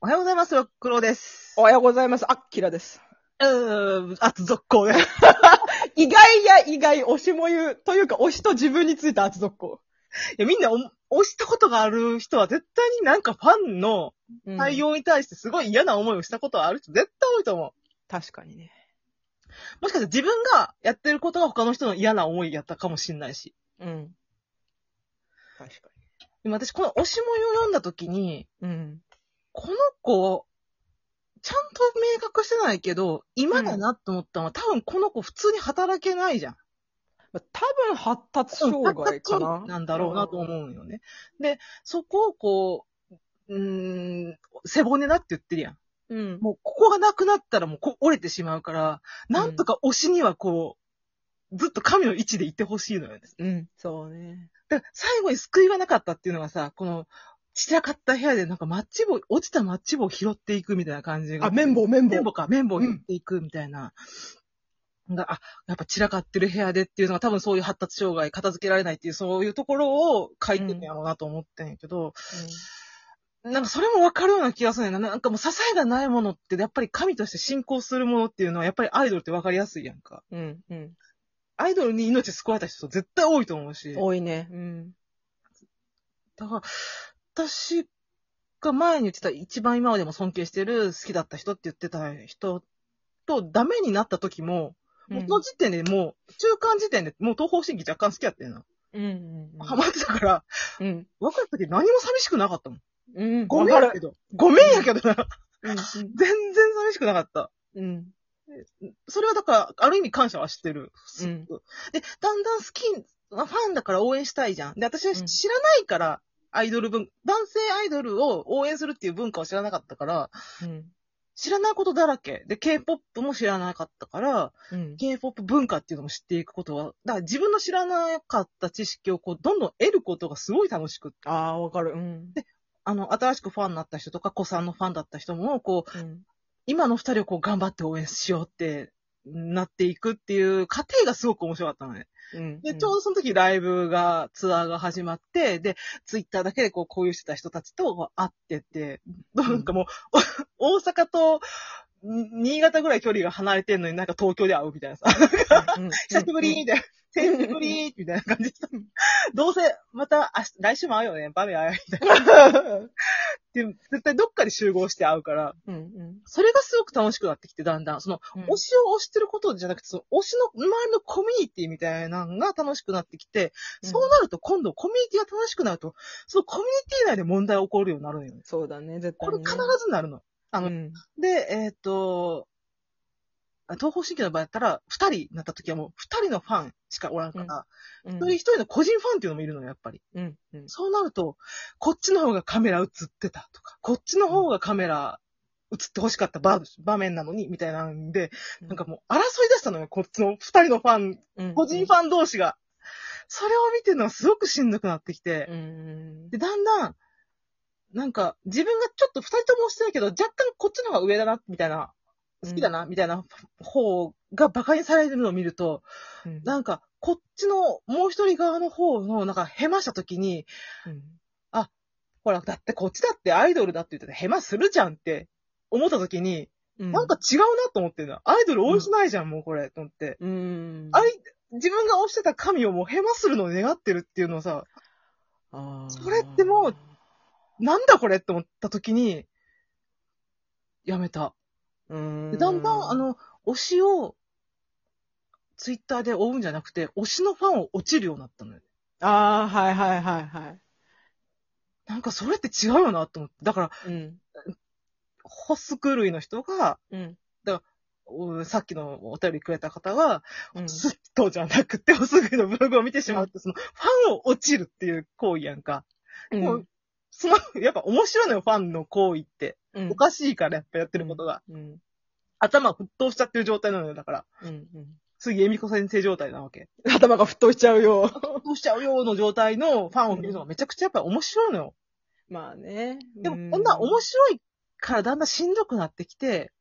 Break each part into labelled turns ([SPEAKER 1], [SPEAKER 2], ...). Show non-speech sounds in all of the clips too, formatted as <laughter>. [SPEAKER 1] おはようございます、ろくろです。
[SPEAKER 2] おはようございます。あ、キラです。
[SPEAKER 1] うーん、あと続行で。 <laughs>
[SPEAKER 2] 意外や意外、推しも言う、というか、推しと自分について厚続行。
[SPEAKER 1] いや、みんなお、押したことがある人は絶対になんかファンの対応に対してすごい嫌な思いをしたことはある人絶対多いと思
[SPEAKER 2] 確かにね。
[SPEAKER 1] う。もしかしたら自分がやってることが他の人の嫌な思いやったかもしれないし。
[SPEAKER 2] うん。確か
[SPEAKER 1] でも私この推しもを読んだ時に、
[SPEAKER 2] に。うん。
[SPEAKER 1] この子、ちゃんと明確してないけど、今だなって思ったのは、多分この子普通に働けないじゃん。
[SPEAKER 2] まあ多分発達障害かな。
[SPEAKER 1] んだろうなと思うよね。で、そこをこう、うーん、背骨だって言ってるやん。
[SPEAKER 2] うん。うん。
[SPEAKER 1] もうここがなくなったらもうこ折れてしまうから、なんとか推しにはこう、ずっと神の位置でいてほしいのよね。
[SPEAKER 2] うん。そうね。
[SPEAKER 1] だから最後に救いがなかったっていうのがさ、この、散らかった部屋でなんかマッチ棒、落ちたマッチ棒を拾っていくみたいな感じが。
[SPEAKER 2] あ、綿棒、綿棒。
[SPEAKER 1] 綿棒か、綿棒を拾っていくみたいな。があ、やっぱ散らかってる部屋でっていうのは多分そういう発達障害、片付けられないっていうそういうところを書いてるんやろうなと思ってんやけど、なんかそれもわかるような気がするんやな。なんかもう支えがないものってやっぱり神として信仰するものっていうのはやっぱりアイドルってわかりやすいやんか。
[SPEAKER 2] うん。うん。
[SPEAKER 1] アイドルに命救われた人絶対多いと思うし。
[SPEAKER 2] 多いね。うん。
[SPEAKER 1] だから、私が前に言ってた一番今までも尊敬してる好きだった人って言ってた人とダメになった時も、もうその時点でもう、中間時点でもう東方神起若干好きやってんな。
[SPEAKER 2] うん。うん。
[SPEAKER 1] ハマってたから、
[SPEAKER 2] うん。
[SPEAKER 1] 若い時何も寂しくなかったもん。
[SPEAKER 2] うん。
[SPEAKER 1] ごめん
[SPEAKER 2] わ
[SPEAKER 1] や
[SPEAKER 2] か
[SPEAKER 1] け
[SPEAKER 2] る。
[SPEAKER 1] ど。ごめんやけどな。 <laughs>
[SPEAKER 2] うん
[SPEAKER 1] 全然寂しくなかった。
[SPEAKER 2] うん。
[SPEAKER 1] それはだから、ある意味感謝はしてる。すっごいで、だんだん好き、ファンだから応援したいじゃん。で、私は
[SPEAKER 2] うん
[SPEAKER 1] 知らないから、アイドル文、男性アイドルを応援するっていう文化を知らなかったから、
[SPEAKER 2] うん。
[SPEAKER 1] 知らないことだらけ。で、K-POP も知らなかったから、
[SPEAKER 2] うん。
[SPEAKER 1] K-POP 文化っていうのも知っていくことは、だから自分の知らなかった知識をこう、どんどん得ることがすごい楽しくって、
[SPEAKER 2] ああ、わかる。うん。
[SPEAKER 1] あの、新しくファンになった人とか、子さんのファンだった人も、こう、
[SPEAKER 2] うん。
[SPEAKER 1] 今の二人をこう、頑張って応援しようって、なっていくっていう過程がすごく面白かったのね。
[SPEAKER 2] うん。
[SPEAKER 1] で、ちょうどその時ライブが、ツアーが始まって、で、ツイッターだけでこう交流してた人たちと会ってて、なんかもう、お <laughs> 大阪とん新潟ぐらい距離が離れてんのになんか東京で会うみたいなさ、
[SPEAKER 2] うん、うん
[SPEAKER 1] 久しぶりみたいな、久しぶりみたいな感じでさ、どうせまた明日来週も会うよね、バメ会うよみたいな。で絶対どっかで集合して会うから、
[SPEAKER 2] うん。うん。
[SPEAKER 1] それがすごく楽しくなってきて、だんだん、その、
[SPEAKER 2] うん
[SPEAKER 1] 推しを推してることじゃなくて、その推しの周りのコミュニティみたいなのが楽しくなってきて、
[SPEAKER 2] うん
[SPEAKER 1] そうなると今度コミュニティが楽しくなると、そのコミュニティ内で問題が起こるようになるのよね。
[SPEAKER 2] そうだね、絶対
[SPEAKER 1] こ
[SPEAKER 2] に
[SPEAKER 1] れ
[SPEAKER 2] ね。
[SPEAKER 1] 必ずなるの。あの、
[SPEAKER 2] うん。
[SPEAKER 1] で、えっ、と、あ東方神起の場合だったら、二人になった時はもう二人のファンしかおらんから、
[SPEAKER 2] う
[SPEAKER 1] 一
[SPEAKER 2] ん
[SPEAKER 1] 人一人の個人ファンっていうのもいるのよ、やっぱり。
[SPEAKER 2] うん。うん。
[SPEAKER 1] そうなると、こっちの方がカメラ映ってたとか、こっちの方がカメラ映って欲しかった場場面なのに、みたいなんで、
[SPEAKER 2] うん
[SPEAKER 1] なんかもう争い出したのよ、こっちの二人のファン、
[SPEAKER 2] うん
[SPEAKER 1] 個人ファン同士が。それを見てるのがすごくしんどくなってきて、
[SPEAKER 2] うん。
[SPEAKER 1] で、だんだん、なんか自分がちょっと二人とも推してないけど、若干こっちの方が上だな、みたいな、好きだな、みたいな方が馬鹿にされてるのを見ると、
[SPEAKER 2] うん
[SPEAKER 1] なんか、こっちの、もう一人側の方の、なんか、ヘマした時に、
[SPEAKER 2] うん
[SPEAKER 1] ほら、だってこっちだってアイドルだって言ってて、ヘマするじゃんって思った時に、
[SPEAKER 2] うん
[SPEAKER 1] なんか違うなと思ってんだ。アイドル応援しないじゃん、もうこれ、と思って。
[SPEAKER 2] うん。
[SPEAKER 1] あれ自分が推してた神をもうヘマするのを願ってるっていうのをさ、
[SPEAKER 2] あー
[SPEAKER 1] それってもう、なんだこれって思った時に、やめた。
[SPEAKER 2] うん。
[SPEAKER 1] でだんだん、あの、推しを、ツイッターで追うんじゃなくて、推しのファンを落ちるようになったのよ。
[SPEAKER 2] ああ、はいはいはいは
[SPEAKER 1] なんかそれって違うよなと思って。だから、
[SPEAKER 2] い。うん。
[SPEAKER 1] ホスク類の人が、
[SPEAKER 2] うん。
[SPEAKER 1] うんさっきのお便りくれた方が、
[SPEAKER 2] うん
[SPEAKER 1] ずっとじゃなくて、ホスク類のブログを見てしまうって、その、ファンを落ちるっていう行為やんか。もうその、やっぱ面白いのよ、ファンの行為って。
[SPEAKER 2] うん。
[SPEAKER 1] おかしいから、やっぱやってることが。
[SPEAKER 2] うん。
[SPEAKER 1] 頭沸騰しちゃってる状態なのよ、だから。
[SPEAKER 2] うん。うん。
[SPEAKER 1] 次、恵美子先生状態なわけ。
[SPEAKER 2] 頭が沸騰しちゃうよ。
[SPEAKER 1] 沸騰しちゃうよの状態のファンを見るのがめちゃくちゃやっぱ面白いのよ。
[SPEAKER 2] まあね。
[SPEAKER 1] でも
[SPEAKER 2] う、
[SPEAKER 1] こんな面白いからだんだんしんどくなってきて、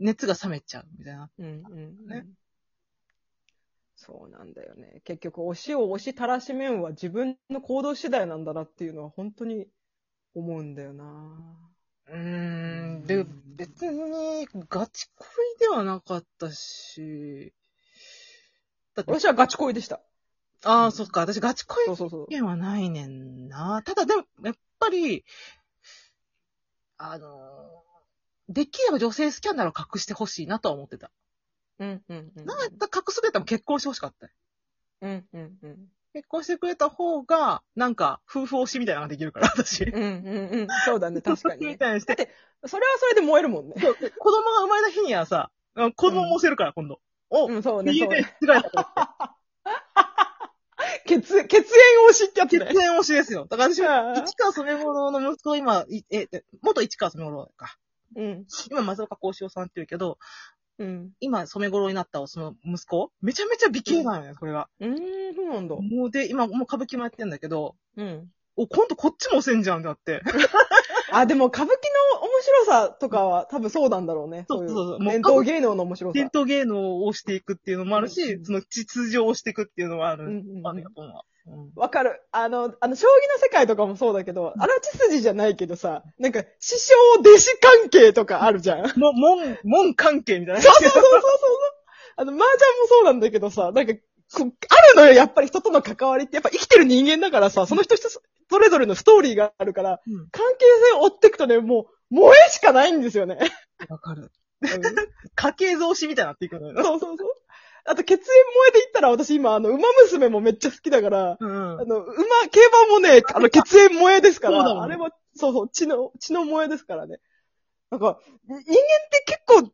[SPEAKER 1] 熱が冷めちゃう、みたいな。
[SPEAKER 2] うんうんう
[SPEAKER 1] ね
[SPEAKER 2] んそうなんだよね。結局、推しを推したらしめんは自分の行動次第なんだなっていうのは本当に思うんだよな。
[SPEAKER 1] うーんにガチ恋ではなかったし、だって
[SPEAKER 2] 私はガチ恋でした。
[SPEAKER 1] ああ、そっか、私ガチ恋
[SPEAKER 2] そうそうそう
[SPEAKER 1] 意。見はないねんな。ただでも、やっぱり、あの、できれば女性スキャンダルを隠してほしいなとは思ってた。
[SPEAKER 2] うんうんうん。
[SPEAKER 1] なんやったら隠すべたも結婚してほしかったよ。
[SPEAKER 2] うんうんうん。
[SPEAKER 1] 結婚してくれた方が、なんか、夫婦推しみたいなのができるから、私。
[SPEAKER 2] うんうんうん。そうだね、確かに、
[SPEAKER 1] み
[SPEAKER 2] ね。
[SPEAKER 1] たいにし。
[SPEAKER 2] だってて、それはそれで燃えるもんね。
[SPEAKER 1] そう子供が生まれた日にはさ、あ子供も押せるから、今度。お、
[SPEAKER 2] うん、そうね、
[SPEAKER 1] 家
[SPEAKER 2] そう
[SPEAKER 1] で
[SPEAKER 2] ね。
[SPEAKER 1] 違いだ。
[SPEAKER 2] 血、血縁推しってやつ
[SPEAKER 1] 血
[SPEAKER 2] ね。
[SPEAKER 1] 縁推しですよ。だから私は、
[SPEAKER 2] ああ
[SPEAKER 1] 市川染五郎の息子、今、いえ、え元市川染五郎か。
[SPEAKER 2] うん。
[SPEAKER 1] 今、松岡幸四郎さんって言うけど、
[SPEAKER 2] うん。
[SPEAKER 1] 今、染五郎になったその息子、めちゃめちゃ美形なのよね、これが。
[SPEAKER 2] うーん、そうなんだ。
[SPEAKER 1] もうで、今、もう歌舞伎もやってんだけど、
[SPEAKER 2] うん。
[SPEAKER 1] お、今度こっちもせんじゃんだって。
[SPEAKER 2] あ、でも歌舞伎の面白さとかは多分そうなんだろうね。
[SPEAKER 1] そう
[SPEAKER 2] い
[SPEAKER 1] そうそうもう
[SPEAKER 2] 伝統芸能の面白さ
[SPEAKER 1] 伝。統芸能をしていくっていうのもあるし、
[SPEAKER 2] うん
[SPEAKER 1] その秩序をしていくっていうのもある。
[SPEAKER 2] うんうんうん
[SPEAKER 1] あるよ、うんうん
[SPEAKER 2] わかる。あの、あの、将棋の世界とかもそうだけど、あら血筋じゃないけどさ、なんか、師匠弟子関係とかあるじゃ <laughs> ん。
[SPEAKER 1] も、門、門関係みたいな。
[SPEAKER 2] そうそうそうそうそう。あの、麻雀もそうなんだけどさ、なんか、こうあるのよ、やっぱり人との関わりって。やっぱ生きてる人間だからさ、その人一つそれぞれのストーリーがあるから、
[SPEAKER 1] うん
[SPEAKER 2] 関係性を追っていくとね、もう、萌えしかないんですよね。
[SPEAKER 1] わかる。
[SPEAKER 2] うんそう
[SPEAKER 1] <laughs> 家系増資みたいになっていくのよ。
[SPEAKER 2] そうそう。あと、血縁萌えで言ったら、私今、あの、馬娘もめっちゃ好きだから、
[SPEAKER 1] うん
[SPEAKER 2] あ。の、馬、競馬もね、あの、血縁萌えですか
[SPEAKER 1] そうだもん
[SPEAKER 2] ら、
[SPEAKER 1] ね
[SPEAKER 2] あれは、そうそう、血の、血の萌えですからね。なんか、人間って結構、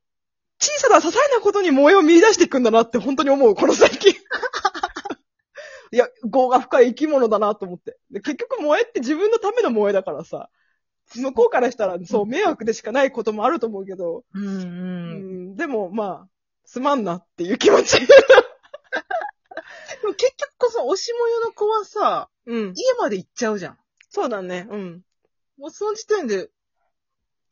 [SPEAKER 2] 小さな些細なことに萌えを見出していくんだなって本当に思う、この最 <laughs> 近。いや、業が深い生き物だなと思って。で結局萌えって自分のための萌えだからさ、向こうからしたら、そう、迷惑でしかないこともあると思うけど、
[SPEAKER 1] うんう。
[SPEAKER 2] うんん、でも、まあ、すまんなっていう気持ち。
[SPEAKER 1] でも結局こそ、推し模様の子はさ、
[SPEAKER 2] うん。
[SPEAKER 1] 家まで行っちゃうじゃん。
[SPEAKER 2] そうだね、うん。
[SPEAKER 1] もうその時点で、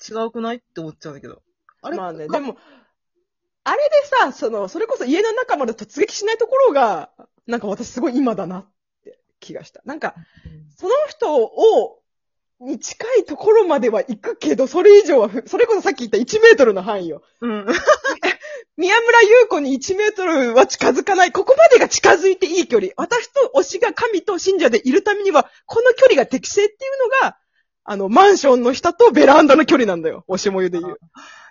[SPEAKER 1] 違うくないって思っちゃうんだけど。あれ
[SPEAKER 2] まあね、
[SPEAKER 1] か
[SPEAKER 2] でも、あれでさ、その、それこそ家の中まで突撃しないところが、なんか私すごい今だなって気がした。なんか、その人を、に近いところまでは行くけど、それ以上はふ、それこそさっき言った1メートルの範囲よ。
[SPEAKER 1] うん。
[SPEAKER 2] 宮村優子に1メートルは近づかない。ここまでが近づいていい距離。私と推しが神と信者でいるためには、この距離が適正っていうのが、あの、マンションの下とベランダの距離なんだよ。推しもゆで言う。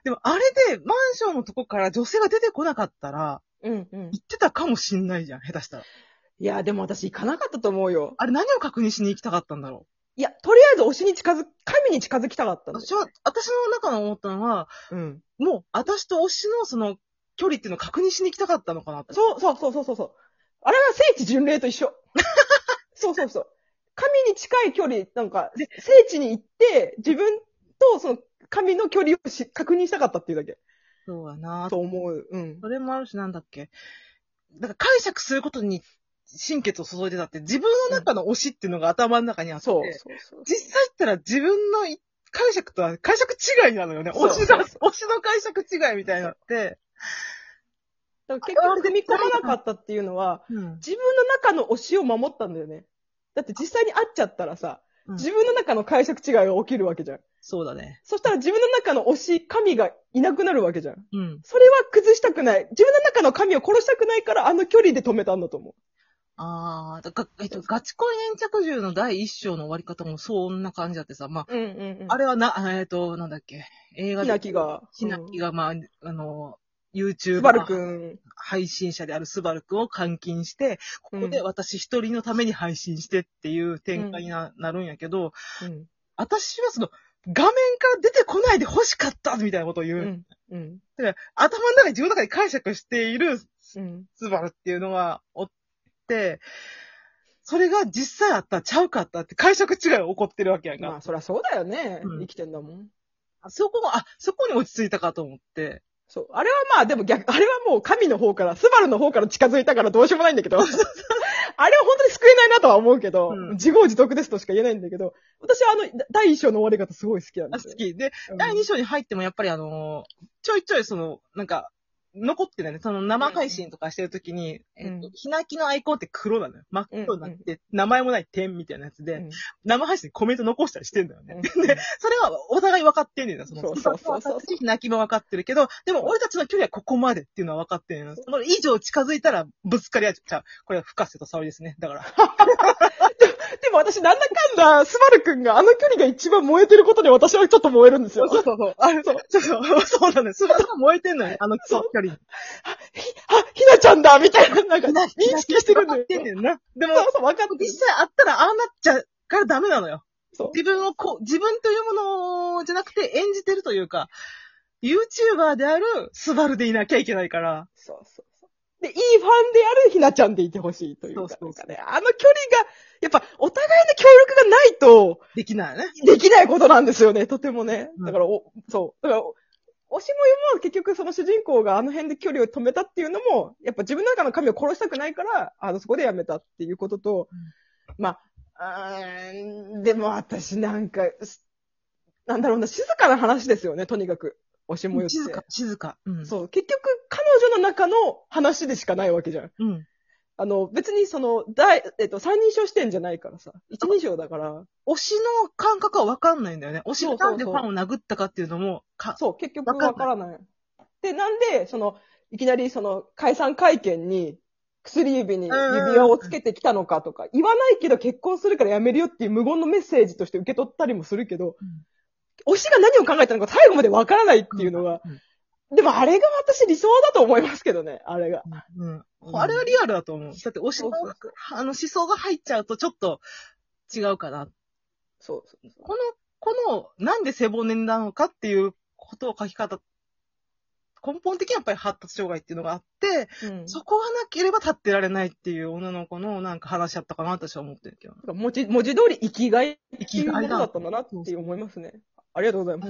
[SPEAKER 1] でも、あれで、マンションのとこから女性が出てこなかったら、
[SPEAKER 2] うんうん。
[SPEAKER 1] 行ってたかもしんないじゃん、下手したら。
[SPEAKER 2] いや、でも私行かなかったと思うよ。
[SPEAKER 1] あれ何を確認しに行きたかったんだろ
[SPEAKER 2] いや、とりあえず推しに近づ、神に近づきたかった
[SPEAKER 1] う。
[SPEAKER 2] んだよ
[SPEAKER 1] 私は、私の中の思ったのは、
[SPEAKER 2] うん。
[SPEAKER 1] もう、私と推しのその、距離っていうのを確認しに行きたかったのかなって。
[SPEAKER 2] そう、そうそうそうそうそう。あれは聖地巡礼と一緒。 <laughs> そうそうそう。神に近い距離、なんか、聖地に行って、自分とその神の距離をし確認したかったっていうだけ。
[SPEAKER 1] そうやな
[SPEAKER 2] と思う。うん。
[SPEAKER 1] それもあるし、なんだっけ。だから解釈することに心血を注いでたって、自分の中の推しっていうのが頭の中にあって、
[SPEAKER 2] そうそうそう。
[SPEAKER 1] 実際ったら自分のい解釈とは解釈違いなのよね。
[SPEAKER 2] そう
[SPEAKER 1] 推しが、推しの解釈違いみたいになって。
[SPEAKER 2] だから結局踏み込まなかったっていうのは、
[SPEAKER 1] うん。
[SPEAKER 2] 自分の中の推しを守ったんだよね。だって実際に会っちゃったらさ、
[SPEAKER 1] うん
[SPEAKER 2] 自分の中の解釈違いが起きるわけじゃん。
[SPEAKER 1] そうだね。
[SPEAKER 2] そしたら自分の中の推し、神がいなくなるわけじゃん。
[SPEAKER 1] うん。
[SPEAKER 2] それは崩したくない。自分の中の神を殺したくないから、あの距離で止めたんだと思
[SPEAKER 1] ああ、だが、えっと、ガチ恋粘着銃の第一章の終わり方もそんな感じだってさ、まあ、
[SPEAKER 2] う。うんうんうん
[SPEAKER 1] あれはな、あえっと、なんだっけ、映画
[SPEAKER 2] ひ
[SPEAKER 1] で
[SPEAKER 2] な、きが。
[SPEAKER 1] ひなきが、まあ、あの、YouTube
[SPEAKER 2] スバルくん。
[SPEAKER 1] 配信者であるスバルくんを監禁して、ここで私一人のために配信してっていう展開にな,、なるんやけど、
[SPEAKER 2] うん。
[SPEAKER 1] 私はその、画面から出てこないで欲しかったみたいなことを言う。
[SPEAKER 2] うん。うん。
[SPEAKER 1] だから頭の中に自分の中に解釈している
[SPEAKER 2] うん。
[SPEAKER 1] スバルっていうのがおって、それが実際あった、ちゃうかったって解釈違いが起こってるわけやんか。
[SPEAKER 2] まあ、そりゃそうだよね
[SPEAKER 1] うん。
[SPEAKER 2] 生きてんだもん。
[SPEAKER 1] そこが、あ、そこに落ち着いたかと思って。
[SPEAKER 2] そう。あれはまあ、でも逆、あれはもう神の方から、スバルの方から近づいたからどうしようもないんだけど。 <laughs> あれは本当に救えないなとは思うけど、
[SPEAKER 1] うん
[SPEAKER 2] 自業自得ですとしか言えないんだけど、私はあの、だ第一章の終わり方すごい好きなん
[SPEAKER 1] あ
[SPEAKER 2] です
[SPEAKER 1] 好
[SPEAKER 2] よ。
[SPEAKER 1] き。で、
[SPEAKER 2] うん
[SPEAKER 1] 第2章に入ってもやっぱりあのーちょいちょいその、なんか、残ってるね。その生配信とかしてるときに、
[SPEAKER 2] うんうん
[SPEAKER 1] えっと、ひなきのアイコンって黒なのよ。真っ黒になって、名前もない点みたいなやつで、
[SPEAKER 2] うん
[SPEAKER 1] 生配信にコメント残したりしてんだよね。
[SPEAKER 2] うん
[SPEAKER 1] で、それはお互い分かってんねんな。その、
[SPEAKER 2] そうそうそうそう
[SPEAKER 1] 歌も分かってるし泣きも分かってるけど、でも俺たちの距離はここまでっていうのは分かってんねんな。その以上近づいたらぶつかり合っちゃう。これは深瀬と沙織ですね。だから。
[SPEAKER 2] でも私、なんだかんだ、スバルくんがあの距離が一番燃えてることに私はちょっと燃えるんですよ。
[SPEAKER 1] そうそう。あれ、そう、そう、そうなんだよ。すがが燃えてんのよ。あの距離に。
[SPEAKER 2] あ、ひなちゃんだみたいな、なんか、認識してるんだ
[SPEAKER 1] 分
[SPEAKER 2] よ
[SPEAKER 1] か。ってんねんな。でも
[SPEAKER 2] そ、うそう、わかって
[SPEAKER 1] 実際あったらああなっちゃうからダメなのよ。
[SPEAKER 2] そう。
[SPEAKER 1] 自分をこう、自分というものじゃなくて演じてるというか、YouTuber であるスバルでいなきゃいけないから。
[SPEAKER 2] そうそうそう。で、いいファンであるひなちゃんでいてほしいというか。
[SPEAKER 1] そうそうそう
[SPEAKER 2] なんかねあの距離が、やっぱ、お互いの協力がないと、
[SPEAKER 1] できないよね。
[SPEAKER 2] できないことなんですよね、とてもね。
[SPEAKER 1] うん
[SPEAKER 2] だから、お、そう。だから、おおしもよも結局その主人公があの辺で距離を止めたっていうのも、やっぱ自分の中の神を殺したくないから、あの、そこでやめたっていうことと、まあ、うーん、でも私なんか、すなんだろうな、静かな話ですよね、とにかく。おしもよって。
[SPEAKER 1] 静か、静か。うん。
[SPEAKER 2] そう。結局、彼女の中の話でしかないわけじゃん。
[SPEAKER 1] う。うん。
[SPEAKER 2] あの、別にその、大、えっと、三人称視点じゃないからさ。一人称だから。
[SPEAKER 1] 推しの感覚はわかんないんだよね。推し
[SPEAKER 2] そう
[SPEAKER 1] が
[SPEAKER 2] そうそう
[SPEAKER 1] なんでファンを殴ったかっていうのも、か、
[SPEAKER 2] そう、結局
[SPEAKER 1] わかんない
[SPEAKER 2] わからない。で、なんで、その、いきなりその、解散会見に、薬指に
[SPEAKER 1] うんうんうん
[SPEAKER 2] 指輪をつけてきたのかとか、言わないけど結婚するからやめるよっていう無言のメッセージとして受け取ったりもするけど、推しが何を考えたのか最後までわからないっていうのが、
[SPEAKER 1] うん
[SPEAKER 2] でもあれが私理想だと思いますけどね、あれが。
[SPEAKER 1] うん。
[SPEAKER 2] うん
[SPEAKER 1] あれはリアルだと思う。だって推しの、
[SPEAKER 2] そうそう
[SPEAKER 1] あの思想が入っちゃうとちょっと違うかな。
[SPEAKER 2] そうそうそう。
[SPEAKER 1] この、この、なんで背骨なのかっていうことを書き方、根本的にやっぱり発達障害っていうのがあって、
[SPEAKER 2] うん
[SPEAKER 1] そこがなければ立ってられないっていう女の子のなんか話し合ったかな、私は思ってるけど。
[SPEAKER 2] 文字、文字通り生きがいっていう
[SPEAKER 1] 生きがい
[SPEAKER 2] こと
[SPEAKER 1] だ
[SPEAKER 2] だったんだなって思いますね。ありがとうございます。